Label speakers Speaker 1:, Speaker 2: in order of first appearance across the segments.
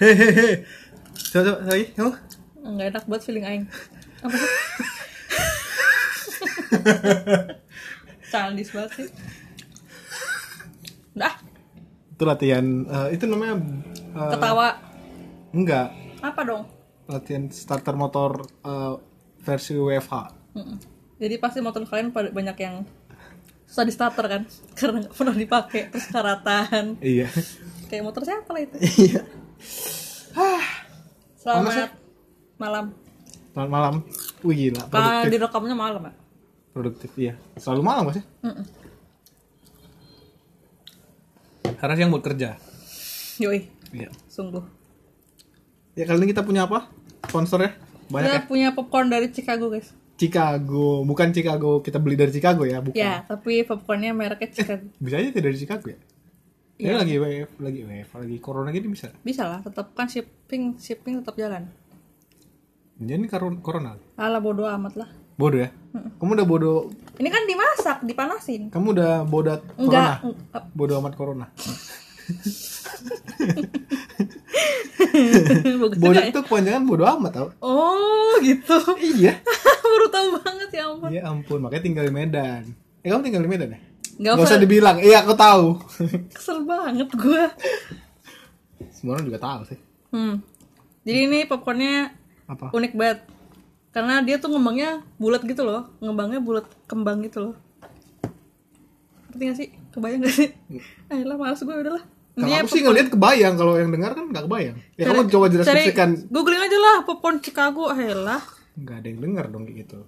Speaker 1: hehehe coba coba lagi kamu
Speaker 2: nggak enak buat feeling aing apa sih childish banget sih dah
Speaker 1: itu latihan eh, itu namanya eh,
Speaker 2: ketawa
Speaker 1: enggak
Speaker 2: apa dong
Speaker 1: latihan starter motor eh, versi WFH
Speaker 2: Mm-mm. jadi pasti motor kalian pada- banyak yang susah di starter kan karena nggak pernah dipakai terus karatan
Speaker 1: iya
Speaker 2: kayak motor siapa lah itu
Speaker 1: iya
Speaker 2: selamat malam
Speaker 1: malam malam wih gila
Speaker 2: kalau
Speaker 1: produktif
Speaker 2: direkamnya malam ya
Speaker 1: produktif iya selalu malam gak sih
Speaker 2: Mm-mm.
Speaker 1: karena siang buat kerja
Speaker 2: yoi
Speaker 1: iya
Speaker 2: sungguh
Speaker 1: ya kali ini kita punya apa sponsornya banyak ya
Speaker 2: kita punya popcorn dari Chicago guys
Speaker 1: Chicago bukan Chicago kita beli dari Chicago ya bukan
Speaker 2: ya tapi popcornnya mereknya Chicago
Speaker 1: bisa aja tidak dari Chicago ya ini lagi WF, lagi WF, lagi corona gini bisa.
Speaker 2: bisa lah tetap kan shipping shipping tetap jalan
Speaker 1: Jadi ini karo- corona.
Speaker 2: Alah bodo amat lah.
Speaker 1: Bodoh ya? Kamu udah bodoh,
Speaker 2: Ini kan dimasak, dipanasin.
Speaker 1: kamu udah bodoh corona.
Speaker 2: Enggak. eng-
Speaker 1: Bodoh amat corona.
Speaker 2: Bagus
Speaker 1: Bodoh
Speaker 2: juga ya.
Speaker 1: itu kepanjangan bodoh amat tau.
Speaker 2: Oh, gitu.
Speaker 1: Iya.
Speaker 2: Baru tahu banget ya ampun.
Speaker 1: Ya ampun, makanya tinggal di Medan. Eh kamu tinggal di Medan ya?
Speaker 2: Gak
Speaker 1: Gak
Speaker 2: usah
Speaker 1: usah dibilang. Iya, aku tahu.
Speaker 2: kesel banget gua.
Speaker 1: Semua orang juga tahu sih.
Speaker 2: Hmm. Jadi ini popcornnya
Speaker 1: Apa?
Speaker 2: unik banget. Karena dia tuh ngembangnya bulat gitu loh. Ngembangnya bulat kembang gitu loh. Ngerti gak sih? Kebayang gak sih? Ayolah, males gue udahlah.
Speaker 1: Kalau aku sih ngeliat kebayang, kalau yang dengar kan gak kebayang. Ya kamu coba deskripsikan.
Speaker 2: Cari, googling aja lah popcorn Chicago. eh Ayolah.
Speaker 1: Gak ada yang dengar dong kayak gitu.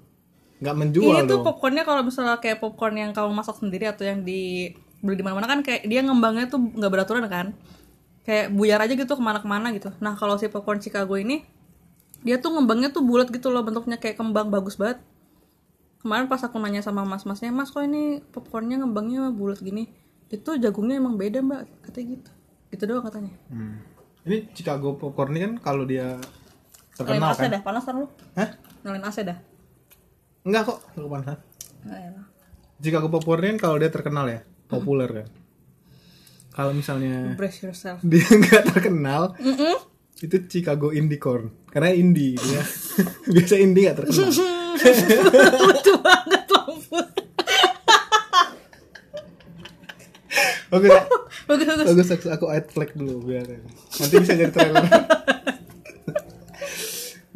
Speaker 1: Gak
Speaker 2: ini
Speaker 1: menjual
Speaker 2: Iya tuh
Speaker 1: dong.
Speaker 2: popcornnya kalau misalnya kayak popcorn yang kamu masak sendiri atau yang di beli di mana-mana kan kayak dia ngembangnya tuh nggak beraturan kan kayak buyar aja gitu kemana-kemana gitu nah kalau si popcorn Chicago ini dia tuh ngembangnya tuh bulat gitu loh bentuknya kayak kembang bagus banget kemarin pas aku nanya sama mas-masnya mas kok ini popcornnya ngembangnya bulat gini itu jagungnya emang beda mbak katanya gitu gitu doang katanya
Speaker 1: Hmm. Ini Chicago popcorn ini kan kalau dia
Speaker 2: nyalain
Speaker 1: terkenal
Speaker 2: AC
Speaker 1: kan?
Speaker 2: dah panas kan lu
Speaker 1: Hah?
Speaker 2: nyalain AC dah
Speaker 1: Enggak kok, enggak kepanasan.
Speaker 2: Nah, elah.
Speaker 1: Chicago popcorn ini kan kalau dia terkenal ya, populer kan. Kalau misalnya
Speaker 2: brace yourself
Speaker 1: dia nggak terkenal,
Speaker 2: Mm-mm.
Speaker 1: itu Chicago indie corn. Karena indie dia. Biasa indie nggak terkenal.
Speaker 2: lucu banget lampu
Speaker 1: Oke, Sa.
Speaker 2: bagus bagus
Speaker 1: ya? bagus bagus. aku add flag dulu biar nanti bisa jadi trailer.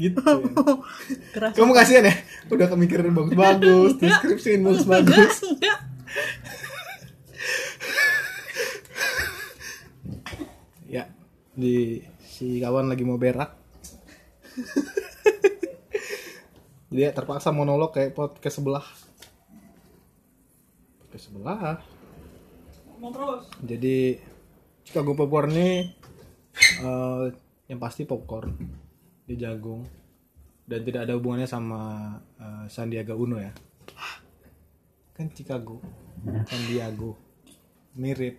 Speaker 1: gitu. Ya.
Speaker 2: keras
Speaker 1: Kamu kasihan ya, udah kemikiran bagus-bagus, deskripsiin bagus-bagus.
Speaker 2: enggak enggak
Speaker 1: Ya, di si kawan lagi mau berak. Dia terpaksa monolog kayak podcast sebelah. Podcast sebelah.
Speaker 2: mau terus
Speaker 1: Jadi Chicago popcorn ini eh, yang pasti popcorn di jagung dan tidak ada hubungannya sama eh, Sandiaga Uno ya. Kan Chicago, Sandiago mirip.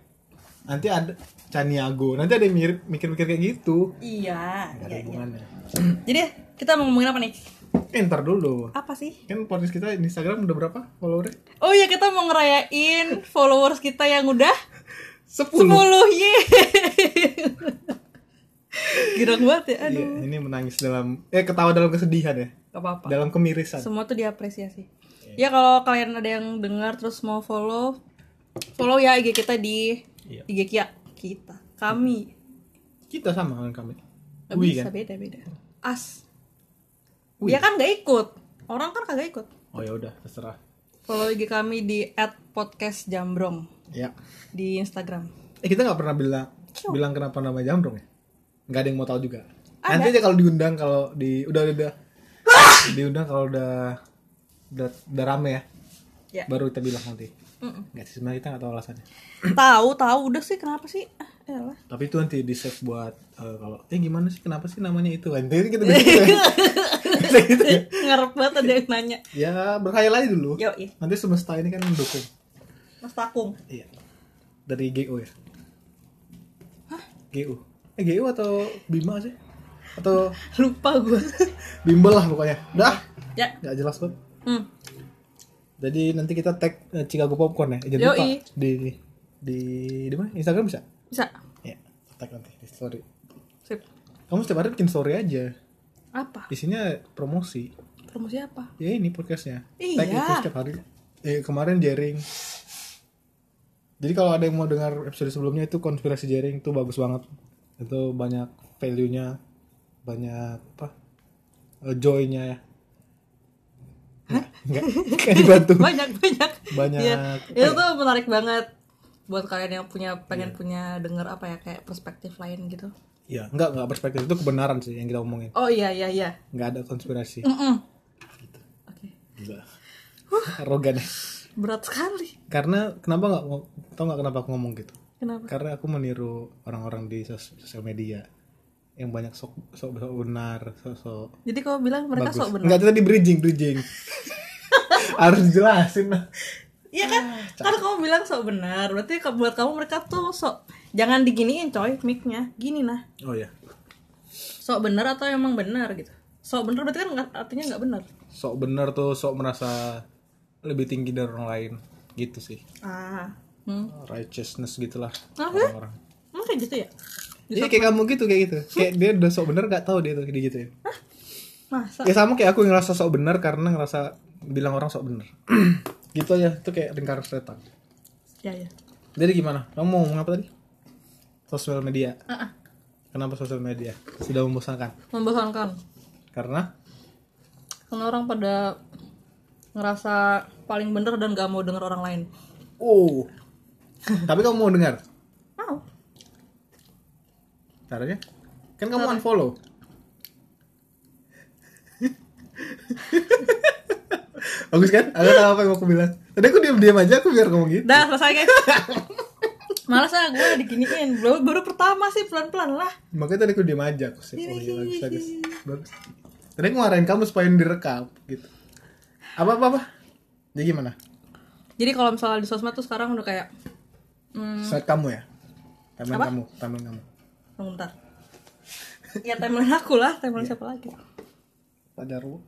Speaker 1: Nanti ada Caniago, nanti ada yang mirip mikir-mikir kayak gitu.
Speaker 2: iya
Speaker 1: Gak ada
Speaker 2: iya iya
Speaker 1: hubungannya.
Speaker 2: jadi kita mau ngomongin apa nih
Speaker 1: Eh, ntar dulu.
Speaker 2: apa sih
Speaker 1: Kan podcast kita di Instagram udah berapa followernya?
Speaker 2: oh iya kita mau ngerayain followers kita yang udah
Speaker 1: 10.
Speaker 2: 10 ye girang banget ya
Speaker 1: Iya,
Speaker 2: aduh
Speaker 1: ini menangis dalam eh ketawa dalam kesedihan ya,
Speaker 2: gak apa-apa
Speaker 1: dalam Iya. kemirisan.
Speaker 2: semua tuh diapresiasi ya kalau kalian ada yang dengar terus mau follow follow ya IG kita di
Speaker 1: Iya.
Speaker 2: IG Kia kita kami
Speaker 1: Kita sama kan kami.
Speaker 2: Gak
Speaker 1: Ui,
Speaker 2: bisa
Speaker 1: kan?
Speaker 2: beda beda. As.
Speaker 1: Ui.
Speaker 2: Dia kan gak ikut. Orang kan kagak ikut.
Speaker 1: Oh ya udah, terserah.
Speaker 2: Follow IG kami di @podcastjambrong
Speaker 1: Ya.
Speaker 2: di Instagram.
Speaker 1: Eh kita nggak pernah bilang bilang kenapa nama Jamrong ya? Nggak ada yang mau tahu juga.
Speaker 2: Ada. Ah!
Speaker 1: Nanti aja kalau diundang kalau di udah udah, udah. diundang kalau udah udah, udah rame ya.
Speaker 2: Ya.
Speaker 1: Baru kita bilang nanti.
Speaker 2: Mm-mm.
Speaker 1: Nggak sih sebenarnya kita nggak tahu alasannya.
Speaker 2: tahu tahu udah sih kenapa sih? Ah, elah.
Speaker 1: Tapi itu nanti di save buat eh, kalau eh gimana sih kenapa sih namanya itu kan? Jadi kita bilang gitu ya. Bisa gitu ya.
Speaker 2: Ngarep banget ada yang nanya.
Speaker 1: Ya berkhayal aja dulu.
Speaker 2: Yo,
Speaker 1: Nanti semesta ini kan mendukung.
Speaker 2: Mas Takung.
Speaker 1: Iya. Dari GU ya? GU. Eh GU atau Bima sih? Atau
Speaker 2: Lupa gue.
Speaker 1: bimbel lah pokoknya. Dah,
Speaker 2: ya.
Speaker 1: nggak jelas banget.
Speaker 2: Hmm.
Speaker 1: Jadi nanti kita tag eh, Chicago Popcorn ya. Eh, Jangan lupa
Speaker 2: Yoi.
Speaker 1: di di di mana? Instagram bisa? Iya,
Speaker 2: Bisa.
Speaker 1: Ya, tag nanti di story.
Speaker 2: Sip.
Speaker 1: Kamu setiap hari bikin story aja.
Speaker 2: Apa?
Speaker 1: Isinya promosi.
Speaker 2: Promosi apa?
Speaker 1: Ya ini podcastnya.
Speaker 2: Iya.
Speaker 1: Tag itu setiap hari. Eh, kemarin jaring. Jadi kalau ada yang mau dengar episode sebelumnya itu konspirasi jaring itu bagus banget. Itu banyak value-nya, banyak apa? eh, joy-nya ya. Enggak, kayak dibantu.
Speaker 2: Banyak banyak.
Speaker 1: Banyak. Eh.
Speaker 2: Iya. Itu tuh menarik banget buat kalian yang punya
Speaker 1: Iya.
Speaker 2: pengen punya denger apa ya kayak perspektif lain gitu.
Speaker 1: Ya, enggak enggak perspektif itu kebenaran sih yang kita omongin.
Speaker 2: Oh iya iya iya.
Speaker 1: Enggak ada konspirasi.
Speaker 2: Mm-mm. Oke.
Speaker 1: Gila. Arogan ya.
Speaker 2: Berat sekali.
Speaker 1: Karena kenapa nggak mau tau nggak kenapa aku ngomong gitu?
Speaker 2: Kenapa?
Speaker 1: Karena aku meniru orang-orang di sos- sosial media yang banyak sok sok, sok benar, sok, sok
Speaker 2: Jadi kau bilang mereka
Speaker 1: bagus.
Speaker 2: sok benar.
Speaker 1: Enggak tadi bridging, bridging. Harus jelasin lah.
Speaker 2: Iya kan? Kan kamu bilang sok benar. Berarti ke- buat kamu mereka tuh sok jangan diginiin coy mic-nya. Gini nah.
Speaker 1: Oh ya,
Speaker 2: Sok benar atau emang benar gitu. Sok benar berarti kan nggak- artinya nggak benar.
Speaker 1: sok benar tuh sok merasa lebih tinggi dari orang lain gitu sih.
Speaker 2: Ah. Hmm.
Speaker 1: Righteousness gitulah
Speaker 2: Apa?
Speaker 1: orang-orang.
Speaker 2: Emang kayak gitu ya?
Speaker 1: Iya kayak kamu gitu kayak gitu. Kayak dia udah sok benar gak tahu dia tuh dia gituin.
Speaker 2: Masa?
Speaker 1: Ya sama kayak aku ngerasa sok benar karena ngerasa bilang orang sok benar. gitu ya, itu kayak lingkar setan.
Speaker 2: Ya ya.
Speaker 1: Jadi gimana? Kamu mau ngomong apa tadi? Sosial media.
Speaker 2: Ah, ah.
Speaker 1: Kenapa sosial media? Sudah membosankan.
Speaker 2: Membosankan.
Speaker 1: Karena
Speaker 2: Karena orang pada ngerasa paling bener dan gak mau denger orang lain.
Speaker 1: oh. Tapi kamu mau dengar
Speaker 2: Mau.
Speaker 1: caranya? Kan kamu unfollow. Bagus kan? Aku tahu apa yang mau aku bilang. Tadi aku diam-diam aja aku biar ngomong gitu.
Speaker 2: Dah selesai guys. Males ah gue diginiin. Baru, baru pertama sih pelan-pelan lah.
Speaker 1: Makanya tadi aku diam aja aku sih. Oh iya bagus bagus. Bagus. Tadi aku ngarahin kamu supaya direkam gitu. Apa apa apa? Jadi gimana?
Speaker 2: Jadi kalau misalnya di sosmed tuh sekarang udah kayak hmm,
Speaker 1: Saat kamu ya? Taman kamu, taman kamu.
Speaker 2: tunggu bentar. Ya timeline aku lah, timeline siapa lagi.
Speaker 1: Pak Jarwo.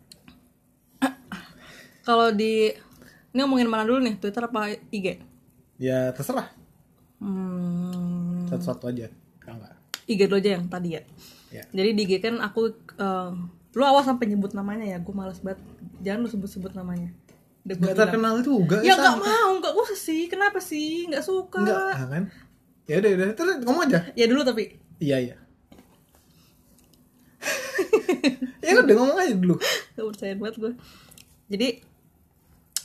Speaker 2: Kalau di ini ngomongin mana dulu nih, Twitter apa IG?
Speaker 1: Ya terserah.
Speaker 2: Hmm,
Speaker 1: Satu-satu aja. Enggak.
Speaker 2: IG dulu aja yang tadi ya.
Speaker 1: Ya.
Speaker 2: Jadi di IG kan aku eh, lu awas sampai nyebut namanya ya, gue males banget. Jangan lu sebut-sebut namanya. Udah gua
Speaker 1: Gak
Speaker 2: bilang.
Speaker 1: terkenal itu enggak
Speaker 2: Ya nggak mau, nggak usah sih. Kenapa sih? Nggak suka.
Speaker 1: Enggak, ah, kan? Ya udah, udah, terus ngomong aja.
Speaker 2: Ya dulu tapi
Speaker 1: Iya, iya. ya udah ngomong aja dulu.
Speaker 2: Gak percaya banget gue Jadi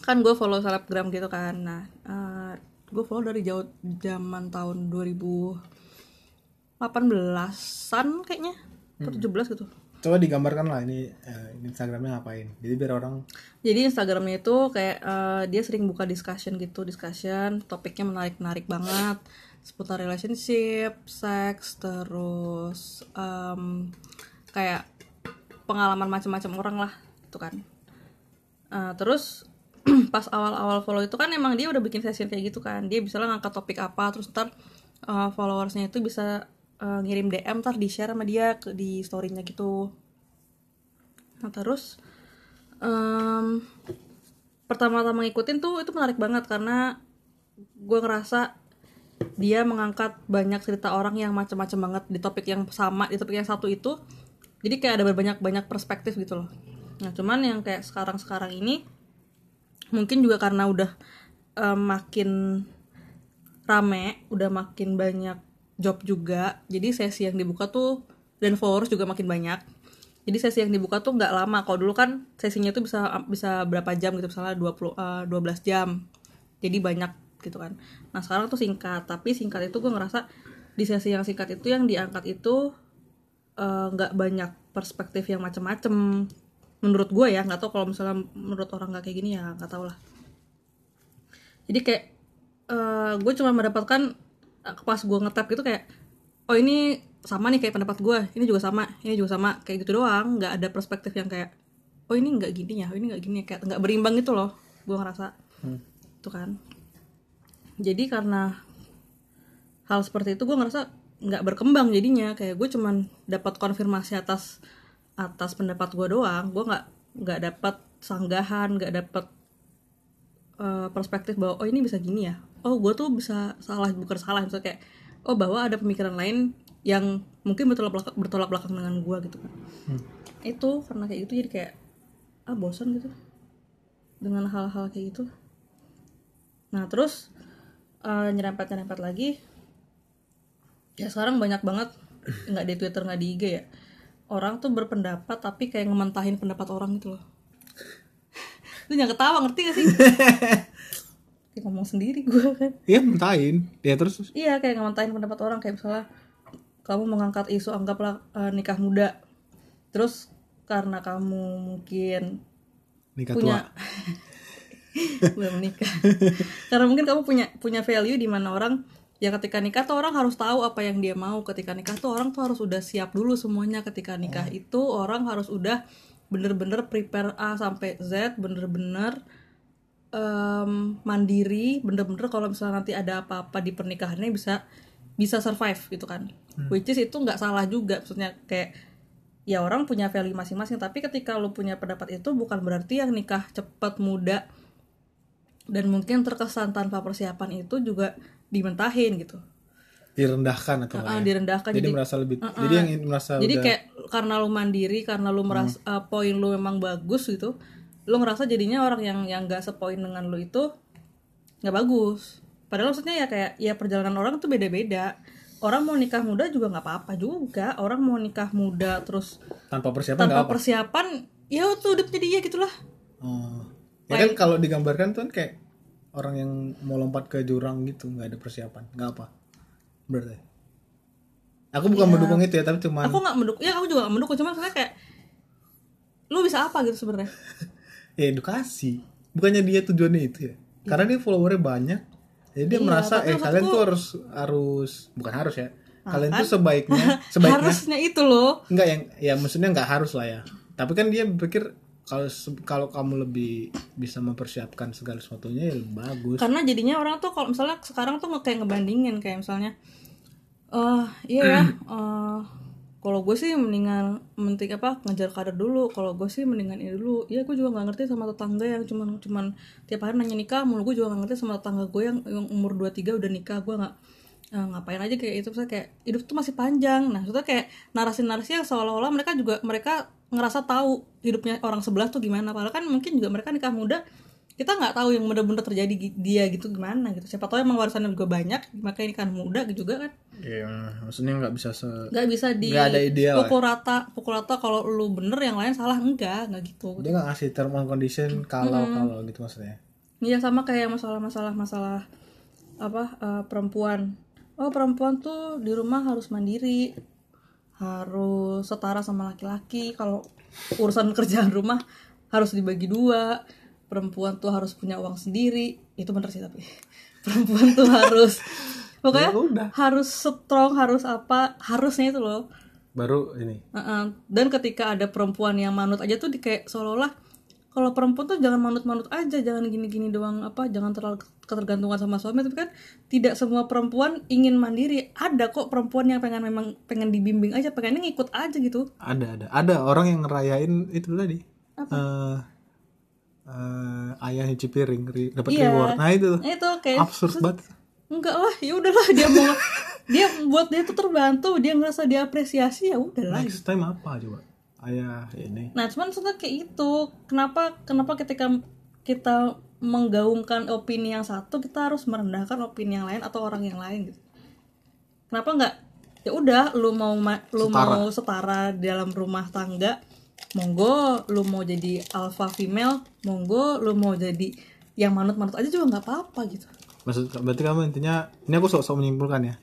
Speaker 2: Kan gue follow selebgram gitu kan Nah eh, Gue follow dari jauh zaman tahun 2018an kayaknya Atau 17 gitu
Speaker 1: Coba digambarkan lah ini eh, Instagramnya ngapain. Jadi biar orang
Speaker 2: jadi Instagramnya itu kayak eh, dia sering buka discussion gitu, discussion topiknya menarik-menarik banget seputar relationship, seks, terus em, kayak pengalaman macam-macam orang lah, gitu kan. Eh, terus pas awal-awal follow itu kan emang dia udah bikin session kayak gitu kan, dia bisa lah ngangkat topik apa, terus ntar eh, followersnya itu bisa eh, ngirim DM ntar di share sama dia ke, di storynya gitu. Nah terus em, pertama-tama ngikutin tuh itu menarik banget karena gue ngerasa dia mengangkat banyak cerita orang yang macam-macam banget di topik yang sama di topik yang satu itu jadi kayak ada banyak-banyak perspektif gitu loh nah cuman yang kayak sekarang-sekarang ini mungkin juga karena udah em, makin rame udah makin banyak job juga jadi sesi yang dibuka tuh dan followers juga makin banyak jadi sesi yang dibuka tuh nggak lama kalau dulu kan sesinya tuh bisa bisa berapa jam gitu misalnya 20 eh, 12 jam jadi banyak gitu kan nah sekarang tuh singkat tapi singkat itu gue ngerasa di sesi yang singkat itu yang diangkat itu eh, nggak banyak perspektif yang macem-macem menurut gue ya nggak tahu kalau misalnya menurut orang nggak kayak gini ya nggak tau lah jadi kayak gue cuma mendapatkan eh, pas gue ngetap gitu kayak oh ini sama nih kayak pendapat gue ini juga sama ini juga sama kayak gitu doang nggak ada perspektif yang kayak oh ini nggak gini ya oh ini nggak gini ya kayak nggak berimbang gitu loh gue ngerasa itu kan jadi karena hal seperti itu gue ngerasa nggak berkembang jadinya kayak gue cuman dapat konfirmasi atas atas pendapat gue doang gue nggak nggak dapat sanggahan nggak dapat eh, perspektif bahwa oh ini bisa gini ya oh gue tuh bisa salah bukan salah misalnya kayak oh bahwa ada pemikiran lain yang mungkin bertolak belakang, bertolak belakang dengan gua gitu kan itu karena kayak gitu jadi kayak ah bosan gitu dengan hal-hal kayak gitu nah terus nyerempet nyerempet lagi ya sekarang banyak banget nggak di twitter nggak di ig ya orang tuh berpendapat tapi kayak ngementahin pendapat orang gitu loh lu jangan ketawa ngerti gak sih Kayak ngomong sendiri gua kan
Speaker 1: Iya mentahin Ya terus
Speaker 2: Iya kayak ngemantain pendapat orang kayak misalnya kamu mengangkat isu anggaplah eh, nikah muda. Terus karena kamu mungkin
Speaker 1: nikah
Speaker 2: punya
Speaker 1: tua
Speaker 2: belum menikah. karena mungkin kamu punya punya value di mana orang ya ketika nikah tuh orang harus tahu apa yang dia mau ketika nikah tuh orang tuh harus udah siap dulu semuanya ketika nikah itu orang harus udah bener-bener prepare A sampai Z bener-bener em, mandiri bener-bener kalau misalnya nanti ada apa-apa di pernikahannya bisa bisa survive gitu kan which is itu nggak salah juga maksudnya kayak ya orang punya value masing-masing tapi ketika lu punya pendapat itu bukan berarti yang nikah cepat muda dan mungkin terkesan tanpa persiapan itu juga dimentahin gitu
Speaker 1: direndahkan atau enggak
Speaker 2: Ah,
Speaker 1: ya?
Speaker 2: direndahkan
Speaker 1: Jadi
Speaker 2: jadi
Speaker 1: merasa lebih Jadi yang in- merasa
Speaker 2: jadi
Speaker 1: Ya, udah Hmm.
Speaker 2: kayak karena lu mandiri karena lu merasa eh, poin lu memang bagus gitu lu ngerasa jadinya orang yang yang gak sepoin dengan lu itu nggak bagus padahal maksudnya ya kayak ya perjalanan orang tuh beda-beda orang mau nikah muda juga nggak apa-apa juga orang mau nikah muda terus
Speaker 1: tanpa persiapan nggak
Speaker 2: tanpa
Speaker 1: apa
Speaker 2: persiapan ya tuh hidupnya dia gitulah
Speaker 1: Oh. Ya kan kalau digambarkan tuh kan kayak orang yang mau lompat ke jurang gitu nggak ada persiapan nggak apa berarti aku bukan mendukung itu ya tapi cuman
Speaker 2: aku nggak mendukung ya aku juga nggak mendukung cuman maksudnya kayak lu bisa apa gitu sebenarnya
Speaker 1: ya edukasi bukannya dia tujuannya itu ya karena dia followernya banyak jadi dia merasa eh kalian tuh harus harus bukan harus ya kalian tuh sebaiknya sebaiknya
Speaker 2: harusnya itu loh
Speaker 1: Enggak yang ya maksudnya nggak harus lah ya. Tapi kan dia berpikir kalau se- kalau kamu lebih bisa mempersiapkan segala sesuatunya ya lebih bagus.
Speaker 2: karena jadinya orang tuh kalau misalnya sekarang tuh nge- kayak ngebandingin kayak misalnya eh iya ya eh, kalau gue sih mendingan mentik apa ngejar karir dulu kalau gue sih mendingan ini dulu ya gue juga nggak ngerti sama tetangga yang cuman cuman tiap hari nanya nikah mulu gue juga nggak ngerti sama tetangga gue yang, yang umur 23 udah nikah gue nggak eh, ngapain aja kayak itu Maksudnya kayak hidup tuh masih panjang nah maksudnya kayak narasi-narasi yang seolah-olah mereka juga mereka ngerasa tahu hidupnya orang sebelah tuh gimana padahal kan mungkin juga mereka nikah muda kita nggak tahu yang bener-bener terjadi gi- dia gitu gimana gitu siapa tahu emang warisannya juga banyak makanya ini kan muda juga kan
Speaker 1: Iya, maksudnya nggak bisa se
Speaker 2: nggak bisa di
Speaker 1: Nggak ada ideal,
Speaker 2: pukul rata pukul rata kalau lu bener yang lain salah enggak nggak gitu
Speaker 1: dia nggak ngasih term and condition kalau kalau gitu maksudnya.
Speaker 2: Iya sama kayak masalah-masalah masalah apa eh, perempuan. Oh perempuan tuh di rumah harus mandiri, harus setara sama laki-laki. Kalau urusan kerjaan rumah harus dibagi dua. Perempuan tuh harus punya uang sendiri. Itu bener sih tapi perempuan tuh harus
Speaker 1: Ya
Speaker 2: pokoknya
Speaker 1: udah.
Speaker 2: harus strong, harus apa, harusnya itu loh.
Speaker 1: Baru ini.
Speaker 2: Heeh. Dan ketika ada perempuan yang manut aja tuh di kayak seolah-olah kalau perempuan tuh jangan manut-manut aja, jangan gini-gini doang apa, jangan terlalu ketergantungan sama suami. Tapi kan tidak semua perempuan ingin mandiri. Ada kok perempuan yang pengen memang pengen dibimbing aja, pengennya ngikut aja gitu.
Speaker 1: Ada ada ada orang yang ngerayain itu tadi. Eh, eh, ayah nyuci piring ri- dapat reward. Nah itu
Speaker 2: Nah, itu kayak
Speaker 1: absurd banget.
Speaker 2: enggak lah, ya udahlah dia mau dia buat dia tuh terbantu, dia ngerasa diapresiasi ya udahlah
Speaker 1: Next time apa coba? Ayah ini.
Speaker 2: Nah, cuman suka kayak itu. Kenapa kenapa ketika kita menggaungkan opini yang satu, kita harus merendahkan opini yang lain atau orang yang lain gitu. Kenapa nggak ya udah lu mau ma- lu mau setara di dalam rumah tangga, monggo lu mau jadi alpha female, monggo lu mau jadi yang manut-manut aja juga nggak apa-apa gitu.
Speaker 1: Maksud berarti kamu intinya ini aku sok-sok menyimpulkan ya.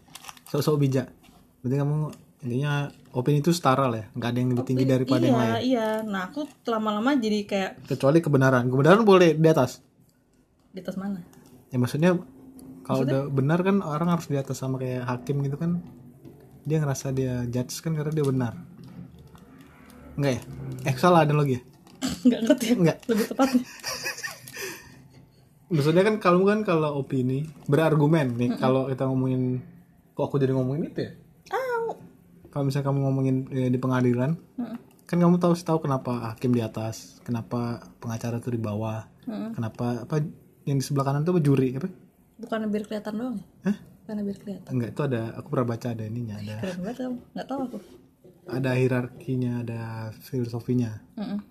Speaker 1: Sok-sok bijak. Berarti kamu intinya opini itu setara lah ya, nggak ada yang lebih tinggi daripada yang lain.
Speaker 2: Iya, iya. Nah, aku lama-lama jadi kayak
Speaker 1: Kecuali kebenaran. Kebenaran boleh di atas.
Speaker 2: di atas mana?
Speaker 1: Ya maksudnya kalau udah benar kan orang harus di atas sama kayak hakim gitu kan. Dia ngerasa dia judge kan karena dia benar. Enggak ya? Eh salah analogi ya?
Speaker 2: nggak ngerti.
Speaker 1: Nggak.
Speaker 2: Lebih tepatnya.
Speaker 1: Maksudnya kan kalau kan kalau opini berargumen nih kalau kita ngomongin kok aku jadi ngomongin itu ya?
Speaker 2: Au.
Speaker 1: kalau misalnya kamu ngomongin eh, di pengadilan kan kamu tahu tahu kenapa hakim di atas kenapa pengacara tuh di bawah kenapa apa yang di sebelah kanan tuh apa, juri apa
Speaker 2: Bukan biar kelihatan doang ya?
Speaker 1: Hah?
Speaker 2: karena biar kelihatan
Speaker 1: Enggak, itu ada aku pernah baca ada ininya, ada
Speaker 2: keren banget kamu nggak tahu aku
Speaker 1: ada hierarkinya, ada filosofinya.
Speaker 2: Mm-mm.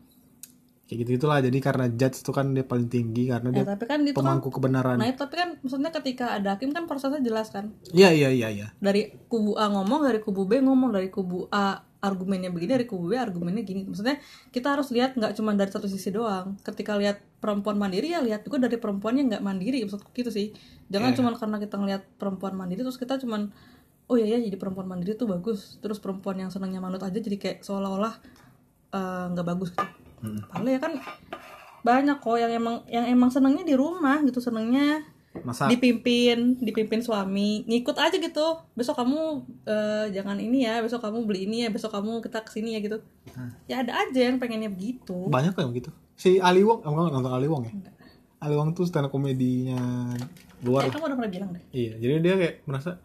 Speaker 1: Kayak gitu-gitulah. Jadi karena judge itu kan dia paling tinggi karena
Speaker 2: ya
Speaker 1: dia
Speaker 2: tapi kan itu kan
Speaker 1: pemangku kebenaran.
Speaker 2: nah itu tapi kan maksudnya ketika ada hakim kan prosesnya jelas kan
Speaker 1: Iya, iya, iya, iya.
Speaker 2: dari kubu A ngomong dari kubu B ngomong dari kubu A argumennya begini dari kubu B argumennya gini maksudnya kita harus lihat nggak cuma dari satu sisi doang ketika lihat perempuan mandiri ya lihat juga dari perempuannya nggak mandiri maksudku gitu sih jangan cuma karena kita ngelihat perempuan mandiri terus kita cuman oh iya ya jadi perempuan mandiri tuh bagus terus perempuan yang senangnya manut aja jadi kayak seolah-olah eh, nggak bagus gitu padahal ya kan banyak kok yang emang yang emang senangnya di rumah gitu senangnya
Speaker 1: Masa
Speaker 2: dipimpin dipimpin suami ngikut aja gitu besok kamu eh, jangan ini ya besok kamu beli ini ya besok kamu kita kesini ya gitu ya ada aja yang pengennya begitu
Speaker 1: banyak kok yang begitu. Si Ali Wong, kamu nggak nonton Ali Wong ya? Ali Wong tuh stand up komedinya luar
Speaker 2: ya kamu udah pernah bilang deh
Speaker 1: Iya, jadi dia kayak merasa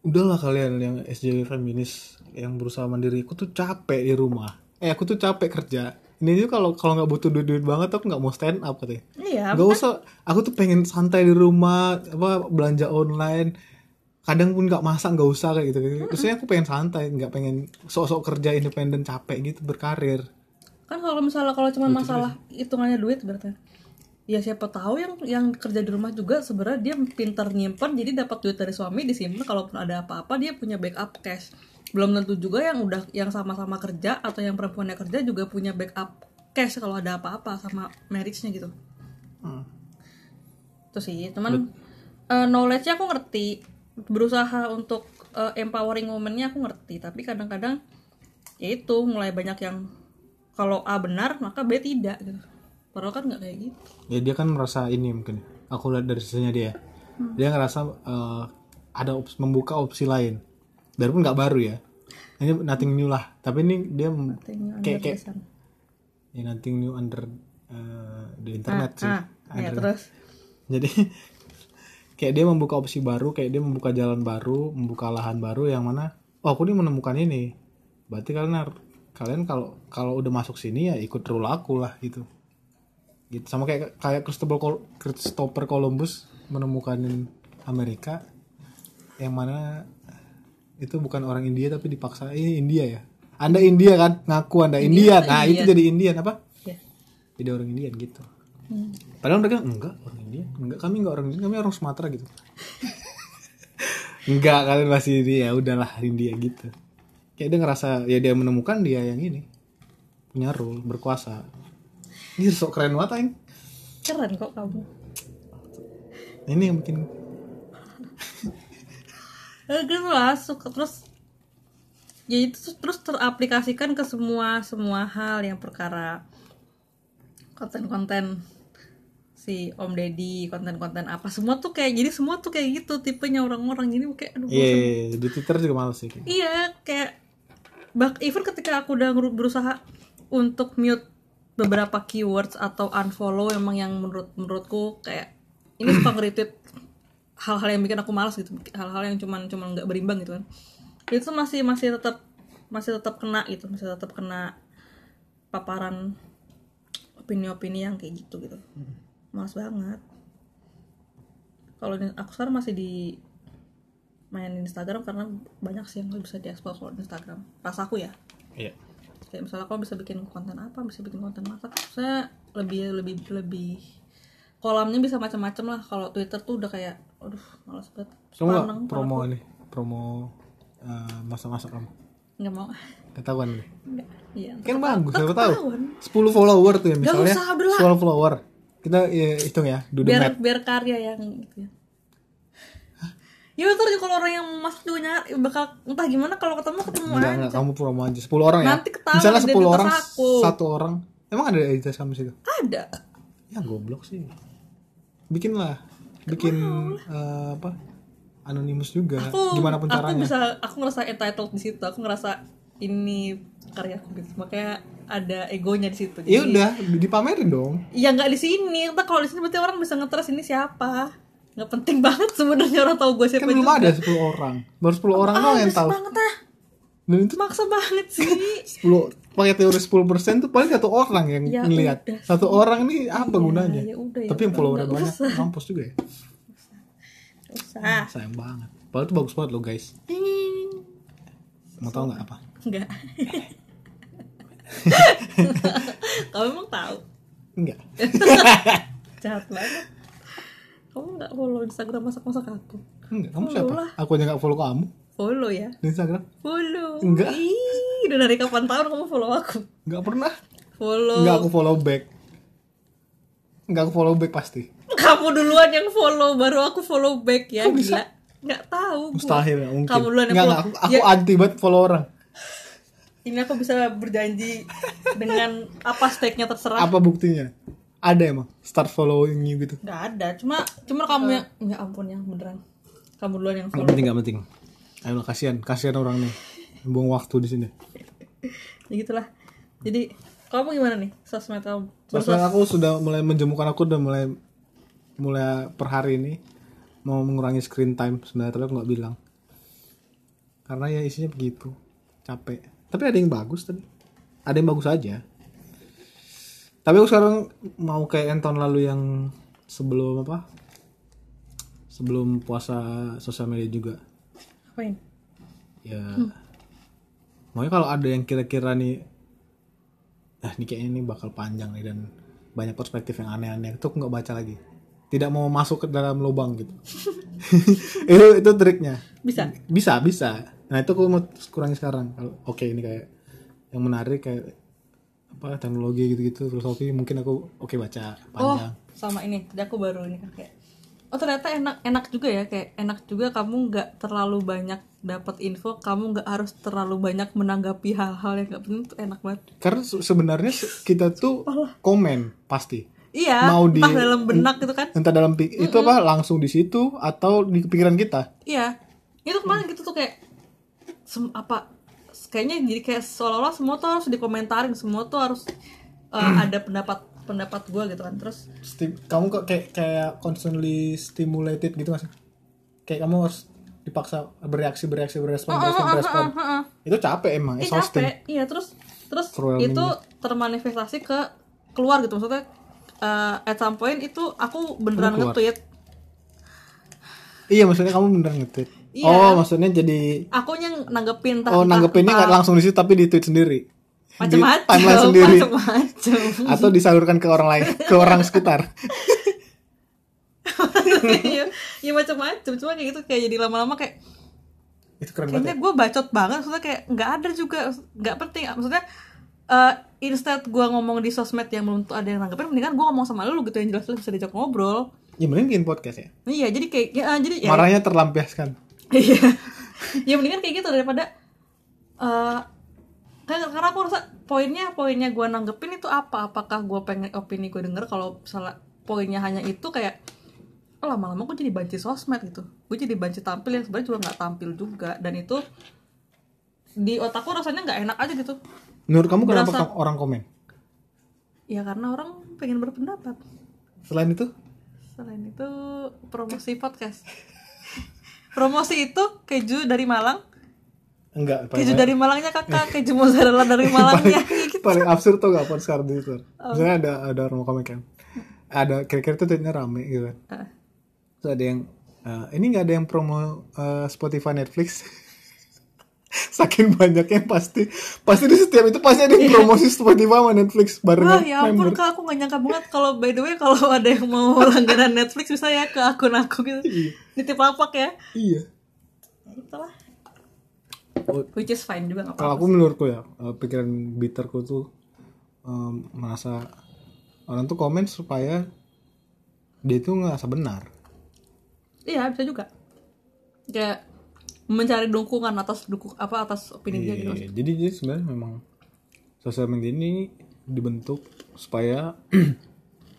Speaker 1: udahlah kalian yang SJW feminis yang berusaha mandiri, aku tuh capek di rumah. Eh, aku tuh capek kerja. Ini tuh kalau kalau nggak butuh duit-duit banget, aku nggak mau stand up katanya.
Speaker 2: iya
Speaker 1: Gak usah, aku tuh pengen santai di rumah, apa belanja online. Kadang pun nggak masak, nggak usah kayak gitu. Terusnya aku pengen santai, nggak pengen sok-sok kerja independen capek gitu berkarir.
Speaker 2: kan kalau misalnya kalau cuma masalah hitungannya duit berarti ya siapa tahu yang yang kerja di rumah juga sebenarnya dia pintar nyimpen jadi dapat duit dari suami disimpan kalaupun ada apa-apa dia punya backup cash belum tentu juga yang udah yang sama-sama kerja atau yang perempuannya kerja juga punya backup cash kalau ada apa-apa sama marriage-nya gitu
Speaker 1: Hmm.
Speaker 2: itu sih cuman eh, knowledge-nya aku ngerti berusaha untuk eh, empowering women-nya aku ngerti tapi kadang-kadang ya itu mulai banyak yang kalau A benar maka B tidak gitu padahal kan nggak kayak gitu
Speaker 1: ya dia kan merasa ini mungkin aku lihat dari sisinya dia
Speaker 2: Mm.
Speaker 1: dia ngerasa eh, ada ops- membuka opsi lain dari pun nggak baru ya ini nothing new lah tapi ini dia mem- Kayak-
Speaker 2: Tanya Anda
Speaker 1: kayak-
Speaker 2: pesan.
Speaker 1: ya, nothing new under eh, the internet sih
Speaker 2: ah ya terus
Speaker 1: jadi kayak dia membuka opsi baru kayak dia membuka jalan baru membuka lahan baru yang mana oh aku ini menemukan ini berarti kalian har- kalian kalau kalau udah masuk sini ya ikut rule aku lah gitu gitu sama kayak kayak Christopher Col- Christopher Columbus menemukan Amerika yang mana itu bukan orang India tapi dipaksa ini India ya anda India kan ngaku anda Indian nah itu jadi Indian apa
Speaker 2: ya
Speaker 1: jadi orang Indian gitu
Speaker 2: Hmm.
Speaker 1: Padahal mereka enggak orang India, enggak kami enggak orang India, kami orang Sumatera gitu. enggak kalian masih ini ya udahlah India gitu. Kayak dia ngerasa ya dia menemukan dia yang ini punya rule berkuasa. Ini sok keren banget Aing.
Speaker 2: keren kok kamu
Speaker 1: Nah, Ini yang bikin
Speaker 2: Eh, gitu lah suka terus ya itu tuh terus teraplikasikan ke semua semua hal yang perkara konten-konten si Om Deddy konten-konten apa semua tuh kayak jadi semua tuh kayak gitu tipenya orang-orang jadi kayak aduh
Speaker 1: Iya, iya, iya, di Twitter juga males sih. kayak. gitu.
Speaker 2: Iya, kayak bak even ketika aku udah ngeru- berusaha untuk mute beberapa keywords atau unfollow emang yang menurut menurutku kayak ini suka nge-retweet hal-hal yang bikin aku malas gitu, hal-hal yang cuman cuman nggak berimbang gitu kan. Itu tuh masih masih tetap masih tetap kena gitu, masih tetap kena paparan opini-opini yang kayak gitu gitu. Malas banget. Kalau di- aku sekarang masih di main Instagram karena banyak sih yang bisa diekspor kalau di Instagram. Pas aku ya.
Speaker 1: Iya.
Speaker 2: Kayak misalnya kamu bisa bikin konten apa, bisa bikin konten masak, saya lebih lebih lebih kolamnya bisa macam-macam lah. Kalau Twitter tuh udah kayak aduh, malas banget.
Speaker 1: Kamu nggak
Speaker 2: Paneng,
Speaker 1: promo ini, promo eh, masak-masak kamu.
Speaker 2: nggak mau.
Speaker 1: Ketahuan nih.
Speaker 2: Enggak. Iya.
Speaker 1: Kan bagus, siapa tahu.
Speaker 2: ketahuan.
Speaker 1: 10 follower tuh ya misalnya.
Speaker 2: usah berlah.
Speaker 1: 10 follower. Kita eh, hitung ya, duduk
Speaker 2: biar biar karya yang gitu ya ya betul juga kalau orang yang masuk juga nyari bakal entah gimana kalau ketemu ketemu
Speaker 1: Enggak,
Speaker 2: aja
Speaker 1: enggak, kamu promo aja 10 orang ya.
Speaker 2: Nanti ketahuan
Speaker 1: Misalnya 10 orang,
Speaker 2: identitas aku.
Speaker 1: satu orang. Emang ada identitas kamu situ?
Speaker 2: ada
Speaker 1: Ya goblok sih. Bikinlah. Bikin eh, apa? Anonimus juga.
Speaker 2: aku
Speaker 1: Nah, Gimana pun
Speaker 2: aku
Speaker 1: caranya.
Speaker 2: bisa aku ngerasa entitled di situ aku ngerasa ini karya aku gitu makanya ada egonya di situ
Speaker 1: Ya
Speaker 2: Jadi,
Speaker 1: udah, dipamerin dong.
Speaker 2: ya nggak di sini entah kalau di sini berarti orang bisa ngetres ini siapa nggak penting banget sebenarnya orang tahu gue
Speaker 1: Kan
Speaker 2: siapa
Speaker 1: belum
Speaker 2: juga.
Speaker 1: ada 10 orang. Baru 10 orang doang yang
Speaker 2: Males
Speaker 1: tahu.
Speaker 2: banget ah
Speaker 1: Dan itu
Speaker 2: maksa banget sih
Speaker 1: 10 pakai teori 10% tuh paling satu orang yang
Speaker 2: Ya
Speaker 1: ngelihat.
Speaker 2: udah
Speaker 1: Satu orang nih apa gunanya?
Speaker 2: ya udah, ya
Speaker 1: Tapi yang
Speaker 2: udah,
Speaker 1: followernya
Speaker 2: nggak
Speaker 1: banyak,
Speaker 2: usah.
Speaker 1: mampus juga ya.
Speaker 2: Susah.
Speaker 1: Sayang banget. Padahal itu bagus banget loh guys. Mau tau nggak apa?
Speaker 2: Enggak. Kamu emang tahu?
Speaker 1: Enggak.
Speaker 2: Jahat banget. Kamu nggak follow Instagram masak-masak aku?
Speaker 1: Enggak. Kamu
Speaker 2: Follow
Speaker 1: siapa?
Speaker 2: lah.
Speaker 1: Aku aja nggak follow kamu
Speaker 2: Follow ya.
Speaker 1: di Instagram.
Speaker 2: Follow.
Speaker 1: Enggak.
Speaker 2: Ih, udah dari kapan tahun kamu follow aku?
Speaker 1: Nggak pernah.
Speaker 2: Follow.
Speaker 1: Nggak aku follow back. Nggak aku follow back pasti.
Speaker 2: Kamu duluan yang follow, baru aku follow back ya.
Speaker 1: Kok bisa?
Speaker 2: Gila. Nggak tahu. gua.
Speaker 1: Mustahil ya mungkin.
Speaker 2: Kamu duluan yang
Speaker 1: Nggak,
Speaker 2: follow.
Speaker 1: nggak, aku, aku
Speaker 2: Ya,
Speaker 1: anti banget follow orang.
Speaker 2: ini aku bisa berjanji dengan apa stake-nya terserah.
Speaker 1: Apa buktinya? Ada emang. Start following you gitu.
Speaker 2: Nggak ada, cuma cuma kamu
Speaker 1: Eh.
Speaker 2: yang ya ampun yang beneran. Kamu duluan yang
Speaker 1: Nggak
Speaker 2: follow.
Speaker 1: penting, nggak penting. Ayo kasihan, kasihan orang nih. Buang waktu di sini.
Speaker 2: Ya gitulah. Jadi kamu gimana nih sosmed kamu?
Speaker 1: Terus terang aku sudah mulai menjemukan aku udah mulai mulai per hari ini mau mengurangi screen time sebenarnya tapi aku nggak bilang karena ya isinya begitu capek tapi ada yang bagus tadi ada yang bagus aja tapi aku sekarang mau kayak yang tahun lalu yang sebelum apa sebelum puasa sosial media juga
Speaker 2: Apain?
Speaker 1: ya maunya kalau ada yang kira-kira nih nah ini kayaknya ini bakal panjang nih dan banyak perspektif yang aneh-aneh itu aku nggak baca lagi tidak mau masuk ke dalam lubang gitu itu itu triknya
Speaker 2: Bisa?
Speaker 1: bisa bisa nah itu aku mau kurangi sekarang kalau oke ini kayak yang menarik kayak apa teknologi gitu-gitu filosofi mungkin aku oke baca panjang
Speaker 2: Oh, sama ini. Tadi aku baru ini kan kayak Oh ternyata enak enak juga ya kayak enak juga kamu nggak terlalu banyak dapat info kamu nggak harus terlalu banyak menanggapi hal-hal yang nggak penting tuh enak banget
Speaker 1: karena se- sebenarnya se- kita tuh komen pasti
Speaker 2: iya
Speaker 1: Mau di-
Speaker 2: entah dalam benak gitu kan
Speaker 1: entah dalam pi- itu apa langsung di situ atau di pikiran kita
Speaker 2: Iya. Itu kemarin
Speaker 1: Hmm.
Speaker 2: gitu tuh kayak sem- apa kayaknya jadi kayak seolah-olah semua tuh harus dikomentarin, semua tuh harus eh, ada pendapat pendapat gua gitu kan. Terus
Speaker 1: Sti- kamu kok kayak kayak constantly stimulated gitu nggak sih kayak kamu harus dipaksa bereaksi bereaksi
Speaker 2: Oh,
Speaker 1: berespon berespon berespon
Speaker 2: heeh.
Speaker 1: itu capek emang
Speaker 2: oh. Ih,
Speaker 1: exhausting
Speaker 2: capek. Iya, terus terus
Speaker 1: Overwhelming.
Speaker 2: itu termanifestasi ke keluar gitu maksudnya eh, at some point itu aku beneran
Speaker 1: Kamu keluar.
Speaker 2: nge-tweet
Speaker 1: iya maksudnya kamu bener ngetik
Speaker 2: Iya.
Speaker 1: oh maksudnya jadi
Speaker 2: aku yang nanggepin entah-
Speaker 1: oh
Speaker 2: entah-
Speaker 1: nanggepinnya nggak langsung di situ tapi di tweet sendiri Di
Speaker 2: macam-macam
Speaker 1: timeline sendiri
Speaker 2: macam-macam
Speaker 1: atau disalurkan ke orang lain ke orang sekitar
Speaker 2: Iya, ya macam-macam cuma kayak gitu kayak jadi lama-lama kayak
Speaker 1: itu keren banget ya.
Speaker 2: kayaknya gue bacot banget maksudnya kayak nggak ada juga nggak penting maksudnya eh instead gue ngomong di sosmed yang belum tuh ada yang nanggepin mendingan gue ngomong sama lu gitu yang jelas-jelas bisa diajak ngobrol
Speaker 1: ya mending bikin podcast ya
Speaker 2: iya jadi kayak ya, eh, jadi ya
Speaker 1: marahnya terlampiaskan
Speaker 2: iya ya mendingan kayak gitu daripada eh karena karena aku rasa poinnya poinnya gue nanggepin itu apa apakah gue pengen opini gue denger kalau salah poinnya hanya itu kayak oh, lama-lama gue jadi banci sosmed gitu gue jadi banci tampil yang sebenarnya juga nggak tampil juga dan itu di otakku rasanya nggak enak aja gitu
Speaker 1: menurut kamu kenapa
Speaker 2: Berasa-
Speaker 1: kam- orang komen
Speaker 2: ya karena orang pengen berpendapat
Speaker 1: selain itu
Speaker 2: selain itu promosi podcast promosi itu keju dari Malang
Speaker 1: enggak
Speaker 2: keju dari Malangnya kakak keju mozzarella dari Malangnya Kayak gitu. Oh.
Speaker 1: paling absurd tuh gak pun sekarang di Twitter. Misalnya ada ada orang mau komen kan. Ada kira-kira tuh tweetnya rame gitu kan.
Speaker 2: Ah.
Speaker 1: Terus ada yang eh, ini nggak ada yang promo eh, Spotify Netflix. Saking banyaknya pasti pasti di setiap itu pasti ada yang promosi Spotify sama Netflix
Speaker 2: Iya. Wah
Speaker 1: barengan
Speaker 2: ya ampun kak aku gak nyangka banget kalau by the way kalau ada yang mau langganan Netflix bisa ya ke akun aku gitu nitip lapak ya
Speaker 1: Iya.
Speaker 2: itulah
Speaker 1: Oh.
Speaker 2: which is fine juga gak apa-apa
Speaker 1: Kalau aku menurutku ya eh, pikiran bitterku tuh em, merasa orang tuh komen supaya dia tuh ngerasa benar.
Speaker 2: iya bisa juga kayak mencari dukungan atas dukung apa atas opini dia gitu
Speaker 1: Iya, jadi jadi sebenarnya memang sosial media ini dibentuk supaya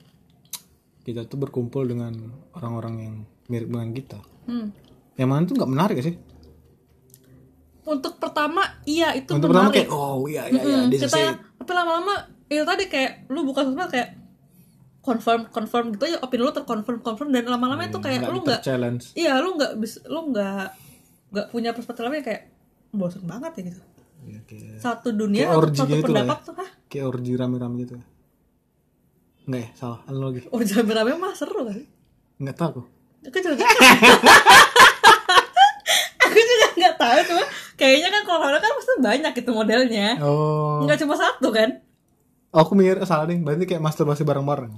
Speaker 1: kita tuh berkumpul dengan orang-orang yang mirip dengan kita.
Speaker 2: hmm.
Speaker 1: Yang mana tuh nggak menarik ya sih?
Speaker 2: untuk pertama iya itu
Speaker 1: Untuk pertama kayak
Speaker 2: menarik
Speaker 1: oh iya iya iya
Speaker 2: Hmm,
Speaker 1: this is
Speaker 2: kita
Speaker 1: it.
Speaker 2: tapi lama-lama itu tadi kayak lu buka sosmed kayak confirm confirm gitu ya opini lu terkonfirm confirm dan lama-lama
Speaker 1: Hmm,
Speaker 2: itu kayak lu nggak
Speaker 1: challenge.
Speaker 2: iya lu nggak bis lu nggak nggak punya perspektif lain kayak bosen banget ya gitu
Speaker 1: Iya, kayak
Speaker 2: satu
Speaker 1: Kayak
Speaker 2: dunia satu,
Speaker 1: orgy
Speaker 2: satu
Speaker 1: gitu lah
Speaker 2: pendapat tuh hah
Speaker 1: kayak orgy rame-rame gitu. Enggak ya, salah analogi.
Speaker 2: oh jangan rame mah seru kan
Speaker 1: Enggak tahu aku.
Speaker 2: Aku juga Aku juga nggak tahu cuma kayaknya kan kalau horor kan pasti banyak gitu modelnya.
Speaker 1: Oh,
Speaker 2: Nggak cuma satu kan?
Speaker 1: aku mikir "Ah, salah nih. Berarti kayak masturbasi bareng-bareng.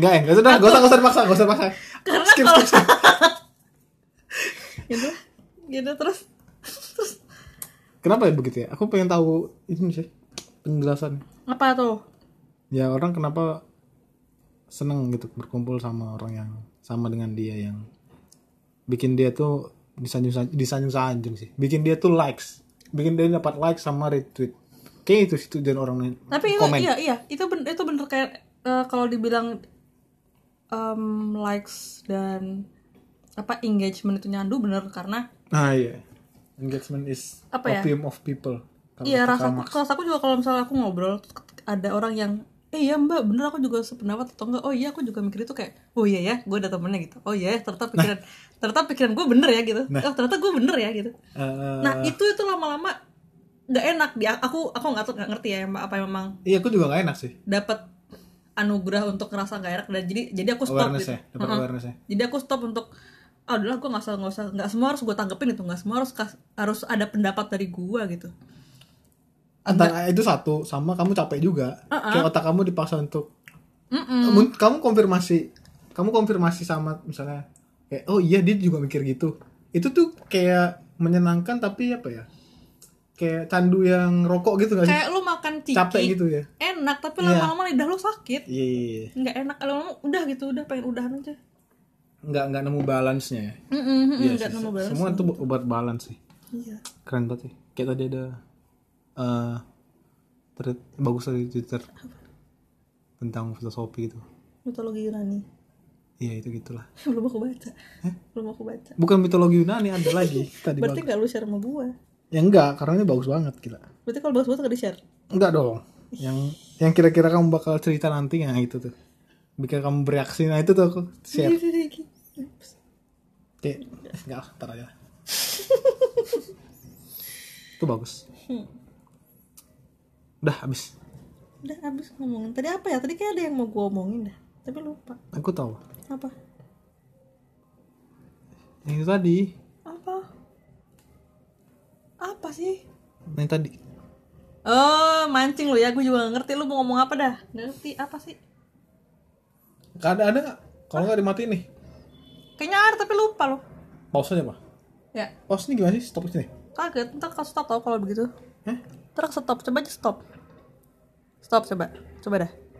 Speaker 1: Enggak ya, enggak sudah, gak usah, gak usah dipaksa, gak usah dipaksa.
Speaker 2: Karena
Speaker 1: Skip,
Speaker 2: kalau
Speaker 1: skip, skip.
Speaker 2: gitu gitu terus terus
Speaker 1: Kenapa ya begitu ya? Aku pengen tahu ini sih penjelasan.
Speaker 2: apa tuh?
Speaker 1: Ya orang kenapa seneng gitu berkumpul sama orang yang sama dengan dia yang bikin dia tuh disanjung disanjung sanjung sih. Bikin dia tuh likes, bikin dia dapat like sama retweet. Kayak itu sih tujuan orang lain.
Speaker 2: Tapi itu
Speaker 1: komen.
Speaker 2: iya iya itu ben, itu bener kayak eh, kalau dibilang em, likes dan apa engagement itu nyandu bener karena
Speaker 1: Nah iya, engagement is
Speaker 2: Apa ya?
Speaker 1: opium of people. Kalau
Speaker 2: iya
Speaker 1: kata
Speaker 2: rasaku
Speaker 1: Marx.
Speaker 2: kelas aku juga kalau misalnya aku ngobrol terus ket- ada orang yang eh iya mbak bener aku juga sependapat atau enggak oh iya aku juga mikir itu kayak oh iya ya gue ada temennya gitu oh iya ya
Speaker 1: Nah.
Speaker 2: ternyata pikiran ternyata pikiran gue bener ya gitu oh ternyata gue bener ya gitu
Speaker 1: Eh,
Speaker 2: nah itu itu lama-lama nggak enak dia aku aku nggak tahu- nggak ngerti ya Mbak, apa memang
Speaker 1: iya, aku juga gak enak sih
Speaker 2: dapat anugerah untuk ngerasa gak enak dan jadi jadi aku stop
Speaker 1: awareness
Speaker 2: gitu.
Speaker 1: ya, dapat
Speaker 2: Mm-mm.
Speaker 1: awareness ya.
Speaker 2: Jadi aku stop untuk ah udahlah gue nggak usah nggak usah nggak semua harus gue tanggepin itu nggak semua harus kas- harus ada pendapat dari gue gitu.
Speaker 1: Antara eh, itu satu sama kamu capek juga. Kayak otak kamu dipaksa untuk
Speaker 2: Mm-mm.
Speaker 1: Mun- kamu konfirmasi kamu konfirmasi sama misalnya kayak oh iya dia juga mikir gitu itu tuh kayak menyenangkan tapi apa ya kayak candu yang rokok gitu gak sih
Speaker 2: Kayak lu makan ciki
Speaker 1: capek gitu ya
Speaker 2: enak tapi
Speaker 1: Iya.
Speaker 2: lama-lama lidah lu sakit
Speaker 1: iya iya, iya.
Speaker 2: nggak enak lama-lama udah gitu udah pengen udahan aja.
Speaker 1: nggak nggak nemu balance nya ya
Speaker 2: Mm-mm, mm-mm,
Speaker 1: Iya
Speaker 2: nggak
Speaker 1: sih,
Speaker 2: nemu balas.
Speaker 1: semua itu obat balance sih
Speaker 2: Iya.
Speaker 1: keren banget sih kayak tadi ada eh tweet bagus dari twitter tentang filosofi gitu
Speaker 2: Mitologi Yunani
Speaker 1: iya itu gitulah
Speaker 2: belum aku baca belum aku baca.
Speaker 1: bukan mitologi Yunani ada lagi tadi
Speaker 2: Berarti
Speaker 1: bagus.
Speaker 2: nggak lu share sama gue.
Speaker 1: ya enggak karena ini bagus banget gila
Speaker 2: Berarti kalau bahas-bahas nggak di share.
Speaker 1: Enggak dong. Yang yang kira-kira kamu bakal cerita nanti nah itu tuh. Bikin kamu bereaksi nah itu tuh aku
Speaker 2: Iya,
Speaker 1: share. Kayak enggak lah, ntar aja. lah. itu bagus. Udah habis.
Speaker 2: Udah abis ngomongin Tadi apa ya? Tadi kayak ada yang mau gue omongin dah Tapi lupa
Speaker 1: Aku tahu.
Speaker 2: Apa?
Speaker 1: Yang itu tadi,
Speaker 2: Apa? Apa sih?
Speaker 1: yang tadi.
Speaker 2: Oh mancing lu ya Gue juga gak ngerti Lu mau ngomong apa dah? Nggak ngerti apa sih?
Speaker 1: Nggak ada ada nggak? Kalau nggak dimatiin nih.
Speaker 2: Kayaknya ada tapi lupa loh
Speaker 1: Pause aja, Pak.
Speaker 2: Ya
Speaker 1: Pause nih gimana sih? Stop sini.
Speaker 2: kaget Ntar ke stop tau kalau begitu
Speaker 1: Hah?
Speaker 2: Ntar ke stop Coba aja stop Stop coba Coba dah